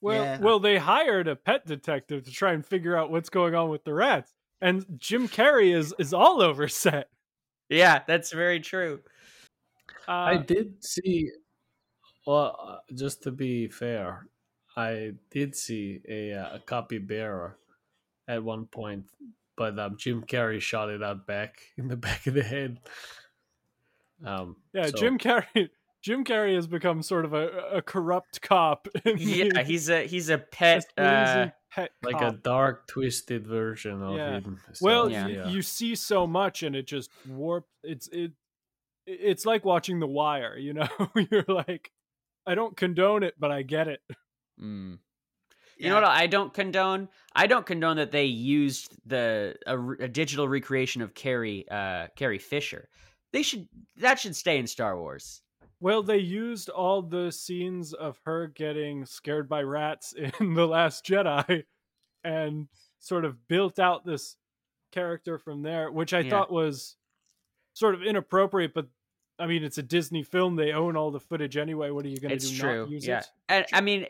Well,
Yeah.
well, they hired a pet detective to try and figure out what's going on with the rats, and Jim Carrey is is all over set.
Yeah, that's very *laughs* true.
Uh,
I did see. Well, uh, just to be fair, I did see a, uh, a copy bearer at one point, but um, Jim Carrey shot it out back *laughs* in the back of the head. Um,
yeah,
so-
Jim Carrey. *laughs* Jim Carrey has become sort of a, a corrupt cop. *laughs* in the-
*laughs* Yeah, he's a he's a pet.
*laughs* this
Uh,
sleazy pet
like
cop.
a dark, twisted version of
Yeah.
him. So,
well,
Yeah.
you, you see so much, and it just warps. It's it. It's like watching The Wire. You know, *laughs* you're like, I don't condone it, but I get it.
mm. You know what? I don't condone. I don't condone that they used the a, re- a digital recreation of Carrie uh, Carrie Fisher. They should that should stay in Star Wars.
Well, they used all the scenes of her getting scared by rats *laughs* in The Last Jedi and sort of built out this character from there, which I
Yeah.
thought was sort of inappropriate, but I mean, it's a Disney film. They own all the footage anyway. What are you going to
It's
do?
true.
Not use
yeah.
it?
And I mean,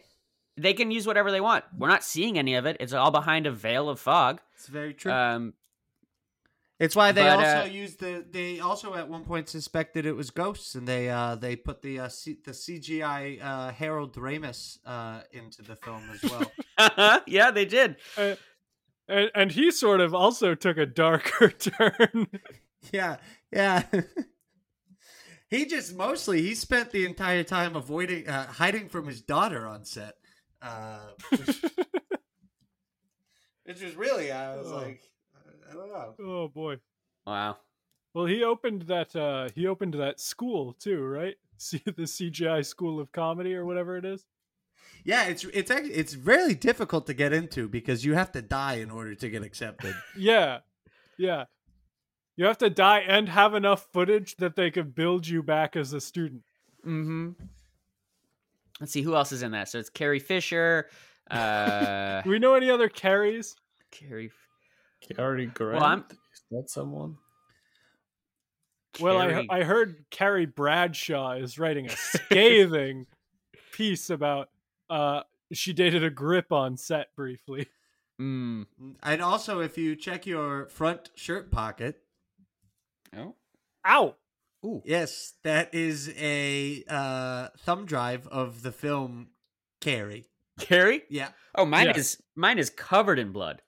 they can use whatever they want. We're not seeing any of it. It's all behind a veil of fog.
It's very true.
Um,
It's why they
But,
also
uh,
used the. They also at one point suspected it was ghosts, and they uh, they put the uh, C, the CGI uh, Harold Ramis uh, into the film as well.
Uh-huh. yeah, they did.
And, and he sort of also took a darker *laughs* turn.
*laughs* yeah, yeah. he just mostly he spent the entire time avoiding uh, hiding from his daughter on set, uh, which, which was really uh, I was
Oh.
like I don't know.
oh boy.
Wow.
Well, he opened that. Uh, he opened that school too, right? *laughs* See the CGI School of Comedy or whatever it is.
Yeah, it's it's actually it's really difficult to get into because you have to die in order to get accepted.
Yeah, yeah. You have to die and have enough footage that they could build you back as a student.
Mm-hmm. Let's see who else is in that. So it's Carrie Fisher. Uh, *laughs*
Do we know any other carries?
Carrie.
Cary Grant.
I'm-
Is that someone?
Well, I,
Carrie-
I heard Carrie Bradshaw is writing a scathing piece about uh, she dated a grip on set briefly.
Mm.
And also, if you check your front shirt pocket,
Oh.
Ow!
Ooh.
yes, that is a uh, thumb drive of the film Carrie.
Carrie.
Yeah.
Oh, mine
Yeah.
is mine is covered in blood.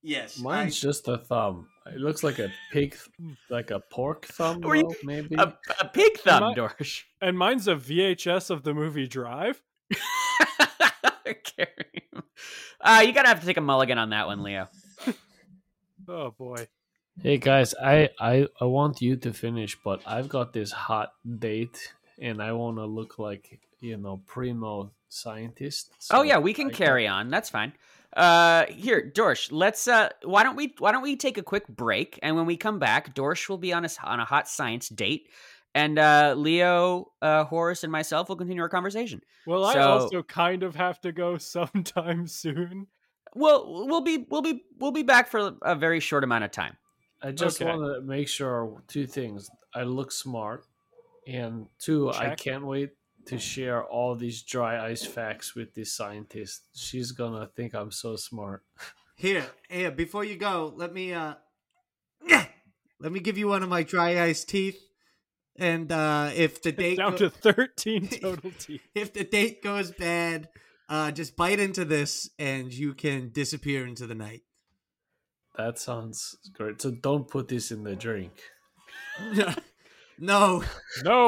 Yes.
Mine's just a thumb. It looks like a pig, like a pork thumb,
Were you-
though, maybe.
A, a pig thumb,
Am I-
Dorsh.
And mine's a VHS of the movie Drive.
*laughs* Carrie. Uh, you gotta have to take a mulligan on that one, Leo.
Oh boy.
Hey guys, I, I I want you to finish, but I've got this hot date, and I want to look like you know primo scientist.
oh
so
yeah, we can
I got-
carry on. That's fine. Uh, here, Dorsh. Let's. Uh, why don't we? Why don't we take a quick break? And when we come back, Dorsh will be on a s- on a hot science date, and uh, Leo, uh, Horace, and myself will continue our conversation.
Well, I
So-
also kind of have to go *laughs* sometime soon.
Well, we'll be we'll be we'll be back for a very short amount of time.
I just
Okay.
want to make sure two things: I look smart, and two, I
Check.
can't wait to share all these dry ice facts with this scientist. She's gonna think I'm so smart.
Here, here. Before you go, let me uh, *clears throat* let me give you one of my dry ice teeth, and uh,
*laughs*
if the date
Down
go-
to 13 total teeth.
if the date goes bad, uh, just bite into this, and you can disappear into the night.
That sounds great. So don't put this in the drink.
no.
No,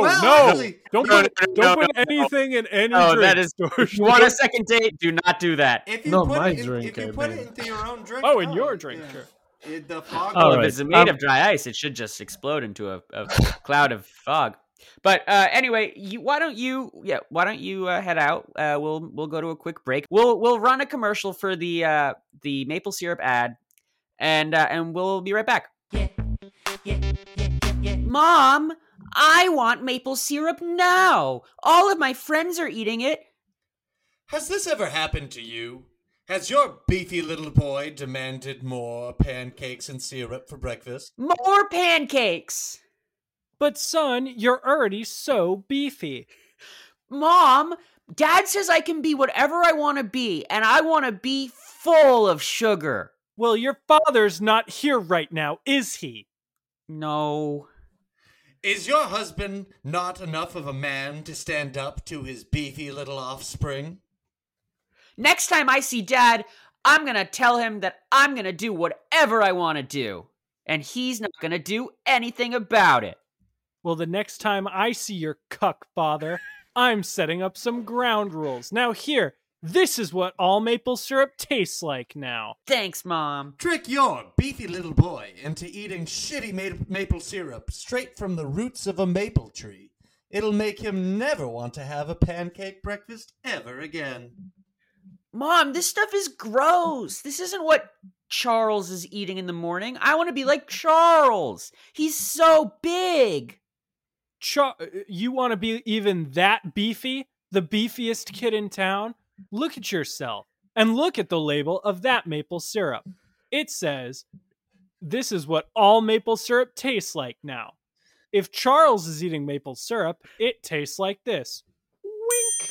Well,
no.
actually-
don't
No,
put,
no, no,
don't
no,
put
no.
anything in any
No,
drink.
that
*laughs*
is-
George.
If you *laughs* want a second date? Do not do that.
If you
Not
put
my
it in,
drink,
if you
I
put
mean.
it into your own drink.
Oh, in your drink, sure.
*laughs*
It- the fog.
All
well,
right.
if it's made
Um,
of dry ice, it should just explode into a, a cloud of fog. But uh, anyway, you, why don't you? Yeah, why don't you uh, head out? Uh, we'll we'll go to a quick break. We'll we'll run a commercial for the uh, the maple syrup ad, and uh, and we'll be right back.
Yeah, yeah, yeah, yeah, yeah.
Mom, I want maple syrup now. All of my friends are eating it.
Has this ever happened to you? Has your beefy little boy demanded more pancakes and syrup for breakfast?
More pancakes.
But son, you're already so beefy.
Mom, Dad says I can be whatever I want to be, and I want to be full of sugar.
Well, your father's not here right now, is he?
No.
Is your husband not enough of a man to stand up to his beefy little offspring?
Next time I see Dad, I'm going to tell him that I'm going to do whatever I want to do, and he's not going to do anything about it.
Well, the next time I see your cuck father, I'm setting up some ground rules. Now, here, this is what all maple syrup tastes like now.
Thanks, Mom.
Trick your beefy little boy into eating shitty ma- maple syrup straight from the roots of a maple tree. It'll make him never want to have a pancake breakfast ever again.
Mom, this stuff is gross. This isn't what Charles is eating in the morning. I want to be like Charles. He's so big.
Char- uh, you want to be even that beefy? The beefiest kid in town? Look at yourself and look at the label of that maple syrup. It says, This is what all maple syrup tastes like now. If Charles is eating maple syrup, it tastes like this. Wink.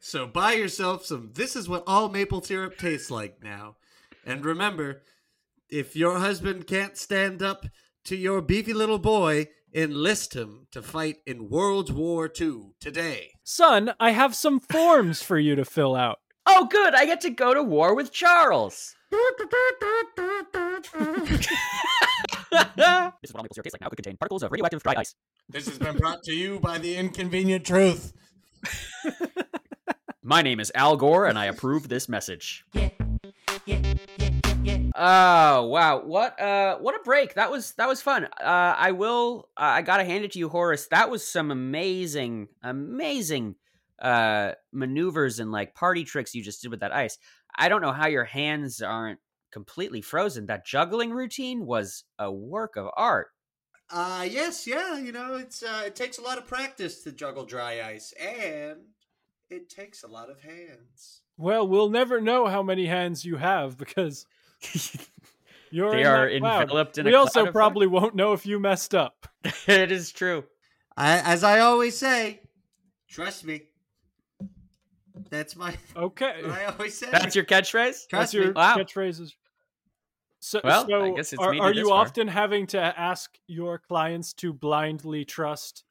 So buy yourself some. This is what all maple syrup tastes like now. And remember, if your husband can't stand up to your beefy little boy, enlist him to fight in World War II today.
Son, I
*laughs*
have some forms for you to fill out.
Oh, good. I get to go to war with Charles. this is what all maple syrup tastes like now. Could contain particles of radioactive dry ice.
This has been brought to you by the inconvenient truth.
My name is Al Gore, and I approve this message.
yeah, yeah, yeah, yeah,
Oh wow, what uh, what a break! That was that was fun. Uh, I will, uh, I gotta hand it to you, Horace. That was some amazing, amazing uh maneuvers and like party tricks you just did with that ice. I don't know how your hands aren't completely frozen. That juggling routine was a work of art.
Uh yes, yeah, you know, it's uh, it takes a lot of practice to juggle dry ice and it takes a lot of hands.
Well, we'll never know how many hands you have
*laughs*
because you're
they
in
are
that cloud.
enveloped in
we
a
also
cloud of
probably won't know if you messed up.
fun. *laughs* it is true.
I as I always say, trust me. That's my *laughs*
Okay.
what I always say.
That's your catchphrase.
That's
trust
your
me.
Wow.
catchphrases. So,
Well, I
so
guess it's
are,
made it
are
this
you
far.
often having to ask your clients to blindly trust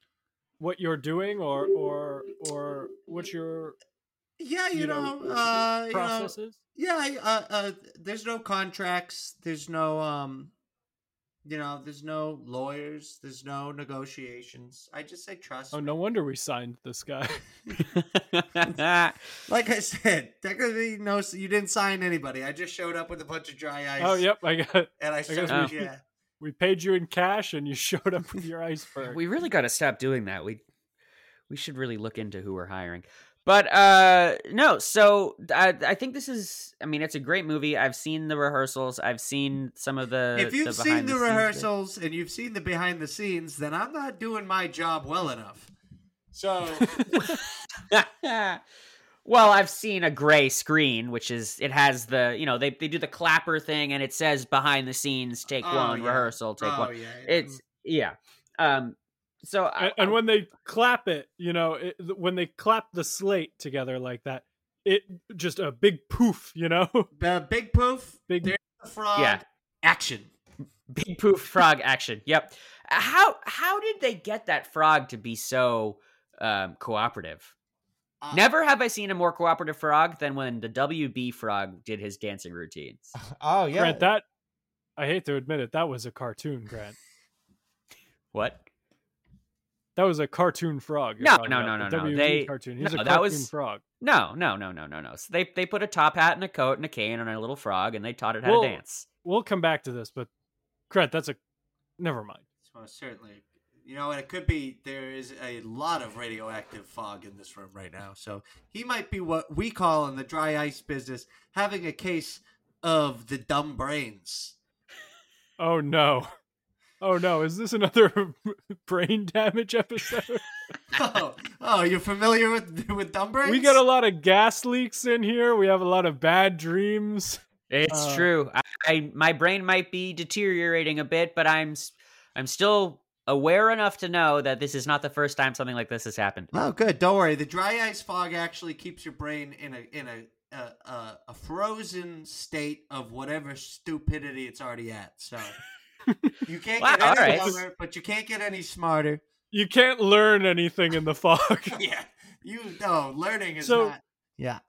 what you're doing, or or or what your
Yeah, you,
you
know,
know,
uh you know,
process is?
yeah, I- uh, uh there's no contracts, there's no um you know, there's no lawyers, there's no negotiations. I just say trust.
Oh,
me.
no wonder we signed this guy.
*laughs* Like I said, technically, no, you didn't sign anybody. I just showed up with a bunch of dry ice.
Oh, yep, I got.
And I showed,
guess
we-
yeah.
We paid you in cash, and you *laughs* showed up with your
*laughs*
iceberg.
we really got to stop doing that. We we should really look into who we're hiring. But uh no, so I, I think this is. I mean, it's a great movie. I've seen the rehearsals. I've seen some of the.
if you've seen
behind-the-scenes
the,
bit.
rehearsals and you've seen the behind the scenes, then I'm not doing my job well enough.
*laughs*
So
well, I've seen a gray screen, which is it has the you know they they do the clapper thing and it says behind the scenes take
Oh,
one
yeah.
rehearsal take
oh,
one.
yeah, yeah.
It's yeah. Um. So I-
Mm. and, and
I-
when they clap it, you know, it, th- when they clap the slate together like that, it just a big poof, you know. *laughs*
the big poof,
Big-
there's the frog,
Yeah.
action.
*laughs* Big poof frog action. Yep. How how did they get that frog to be so um, cooperative?
Uh,
Never have I seen a more cooperative frog than when the WB frog did his dancing routines.
Uh-huh.
Oh yeah,
Grant, that I hate to admit it, that was a cartoon, Grant.
What?
That was a cartoon frog. you're
No,
talking
no,
about,
no,
the
no, no.
WB
They-
cartoon. He's
no,
a
that
cartoon
was-
frog.
No, no, no, no, no, no. So they they put a top hat and a coat and a cane on a little frog and they taught it how
Well-
to dance.
We'll come back to this, but Grant, that's a never mind.
Well, certainly. You know, and it could be there is a lot of radioactive fog in this room right now. So he might be what we call in the dry ice business having a case of the dumb brains. *laughs*
Oh no. *laughs* Oh no, is this another *laughs* brain damage episode?
oh, oh, you're familiar with with dumb brains?
we got a lot of gas leaks in here. We have a lot of bad dreams.
It's
Uh,
true. I, I my brain might be deteriorating a bit, but I'm s- I'm still aware enough to know that this is not the first time something like this has happened.
Oh, good. Don't worry. The dry ice fog actually keeps your brain in a in a a, a, a frozen state of whatever stupidity it's already at.
*laughs*
So you can't
Wow,
get any
all right.
dumber, but you can't get any smarter.
You can't learn anything in the fog. *laughs*
*laughs* yeah, you no learning is
So-
not. Yeah.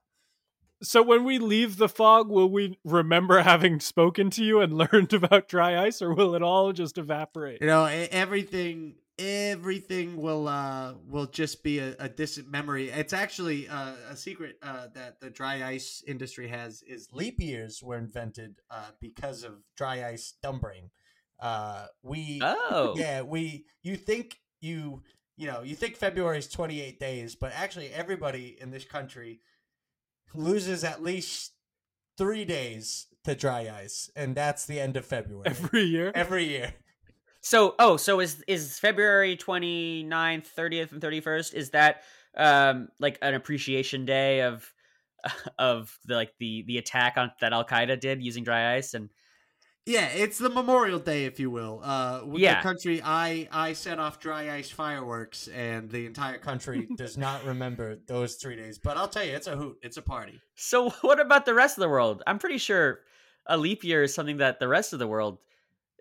so when we leave the fog, will we remember *laughs* having spoken to you and *laughs* learned about dry ice or will it all just evaporate?
You know, e- everything everything will uh will just be a, a distant memory. It's actually uh, a secret uh, that the dry ice industry has is leap years were invented uh, because of dry ice dumb brain. Uh, we
Oh.
yeah, we you think you you know, you think February is 28 days, but actually everybody in this country loses at least 3 days to dry ice and that's the end of February
*laughs*
Every year?
every year.
So, oh, so is is February 29th, 30th and 31st is that um like an appreciation day of *laughs* of the, like the the attack on that Al-Qaeda did using dry ice and
Yeah, it's the Memorial Day, if you will. Uh, with
Yeah.
the country, I I set off dry ice fireworks, and the entire *laughs* country does not remember those three days. But I'll tell you, it's a hoot. It's a party.
So *laughs* what about the rest of the world? I'm pretty sure a leap year is something that the rest of the world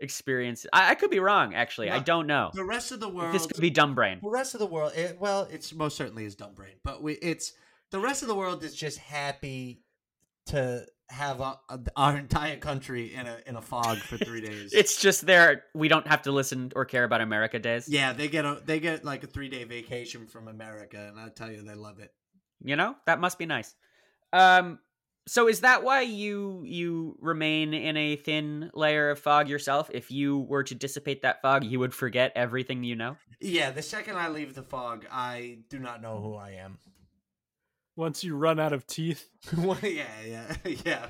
experiences. I, I could be wrong, actually. I
No,
don't know.
The rest of the world,
This could be dumb brain.
the rest of the world. It, well, it's most certainly is dumb brain, but we, it's the rest of the world is just happy to have our, uh, our entire country in a in a fog
*laughs*
for three days.
It's just there. We don't have to listen or care about America days.
yeah, they get a they get like a three day vacation from America, and I tell you, they love it.
You know that must be nice. Um. So is that why you you remain in a thin layer of fog yourself? If you were to dissipate that fog, you would forget everything you know.
Yeah, the second I leave the fog, I do not know who I am. *laughs*
Once you run out of teeth,
Well, yeah, yeah, *laughs* yeah.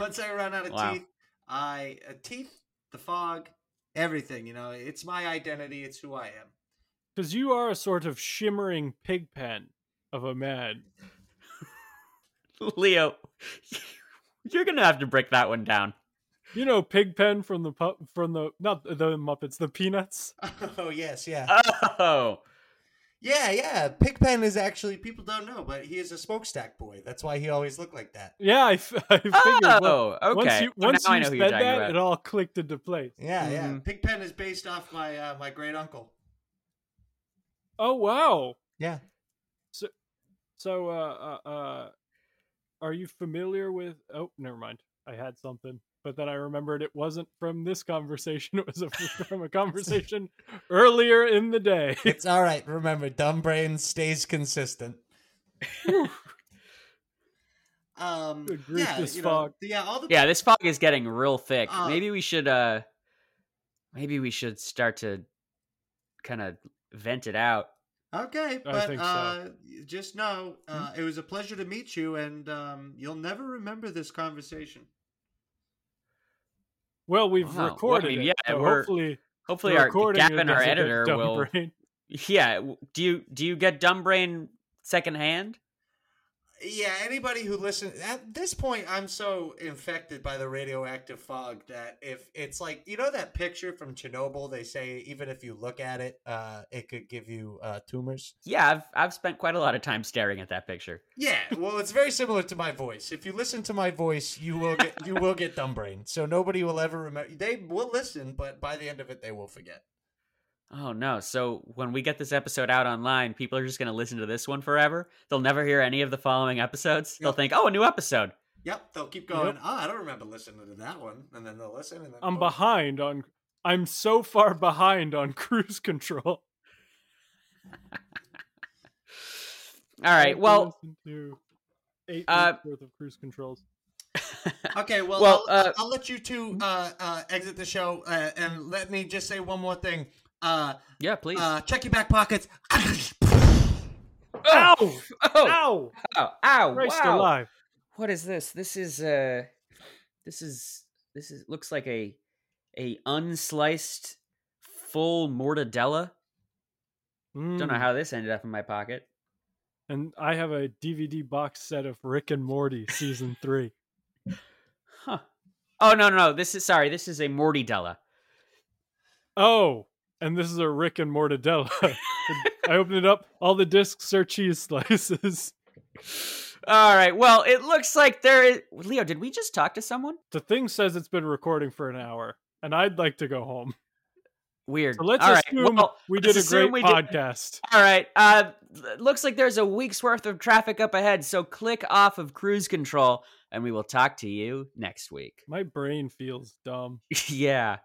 Once I run out of
Wow.
teeth, I uh, teeth, the fog, everything. You know, it's my identity. It's who I am.
because you are a sort of shimmering pigpen of a man.
*laughs* Leo, you're gonna have to break that one *laughs* down.
You know, pigpen from the pu- from the not the Muppets, the Peanuts.
*laughs* Oh yes, yeah,
Oh,
yeah, yeah. Pigpen is actually people don't know, but he is a smokestack boy. That's why he always looked like that.
Yeah, I, f- *laughs* I figured. well,
oh, okay.
Once you,
So
once
now I
you
know who
said
you're
that,
talking about.
it all clicked into place.
Yeah, yeah.
Mm-hmm.
Mhm.
Pigpen is based off my uh, my
*laughs*
great uncle.
Oh wow!
Yeah.
So, uh, uh, uh, are you familiar with? Oh, never mind. I had something, but then I remembered it wasn't from this conversation. *laughs* It was a, from a conversation earlier in the day. *laughs*
It's all right. Remember, dumb brain stays consistent. um,
Good grief,
yeah,
this
you know,
fog.
yeah, all the
yeah, this fog is getting real thick.
Uh,
maybe we should uh maybe we should start to kind of vent it out.
Okay, but
think so. Hmm?
uh, just know uh, it was a pleasure to meet you, and um, you'll never remember this conversation.
Well, we've
Wow. Well, I
recorded
mean,
it.
yeah,
so
we're-
hopefully,
Hopefully
the
our
recording
Gavin, our
doesn't get
editor
dumb
will
brain.
Yeah, w- do you do you get dumb brain secondhand?
Yeah, anybody who listens at this point, I'm so infected by the radioactive fog that if it's like you know that picture from Chernobyl, they say even if you look at it, uh, it could give you uh, tumors.
Yeah, I've I've spent quite a lot of time staring at that picture.
Yeah, well, it's very similar to my voice. If you listen to my voice, you will get you will get dumb brain. So nobody will ever remember. They will listen, but by the end of it, they will forget.
Oh no. So when we get this episode out online, people are just going to listen to this one forever. They'll never hear any of the following episodes. They'll
Yep.
think, "Oh, a new episode."
Yep, they'll keep going. Oh, I don't remember listening to that one, and then they'll listen. And then
*laughs*
I'm
oh,
behind on. I'm so far behind on *laughs* cruise control.
All
I
right.
have to
Well,
listen to eight
uh,
weeks worth of cruise controls.
Okay, well,
Well,
I'll,
uh,
I'll let you two uh, uh, exit the show, uh, and let me just say one more thing. Uh,
yeah, please.
uh, check your back pockets. *laughs*
Ow!
oh,
Ow!
ow, ow,
Christ
wow.
alive!
what is this this is uh this is this is looks like a a unsliced full mortadella don't know
Mm.
how this ended up in my pocket
And I have a DVD box set of Rick and Morty season three.
huh oh no no no this is sorry this is a mortadella
Oh, and this is a Rick and Mortadella. *laughs* I opened it up. All the discs are cheese slices. *laughs*
all right well it looks like there is leo did we just talk to someone
The thing says it's been recording for an hour, and I'd like to go home.
weird
So let's
all right
assume
well,
we
let's
did a
assume
great
we did-
podcast.
all right uh it looks like there's a week's worth of traffic up ahead so click off of cruise control and we will talk to you next week *laughs*
My brain feels dumb.
yeah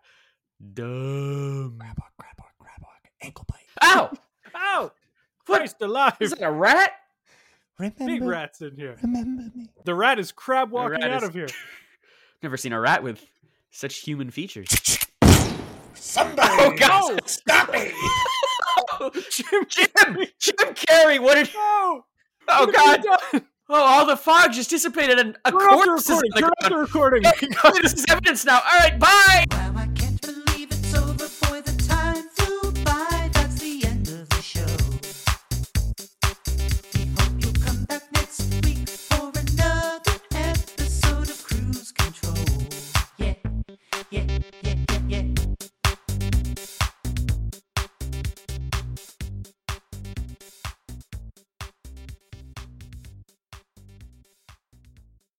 dumb
grab on, grab on, grab on. Ankle bite.
*laughs*
Ow!
Ow!
*laughs* What?
Christ alive!
Oh! Is that a rat?
Remember,
Big rats in here.
remember me.
The rat is crab walking
rat
out
is-
of here.
Never seen a rat with such human features.
Somebody.
*laughs* Oh, God.
Stop me.
*laughs* Jim, Jim, Jim Carrey, what did?
No!
Oh
What have
God!
you done?
Oh, all the fog just dissipated, and a
Turn off the
corpse is on
recording!
the
Turn off the
ground.
recording!
*laughs* This is evidence now. All right, bye.
Wow, I can't believe it's over, boy. The time flew by. That's the end of the show. We hope you'll come back next week for another episode of Cruise Control. Yeah, yeah, yeah.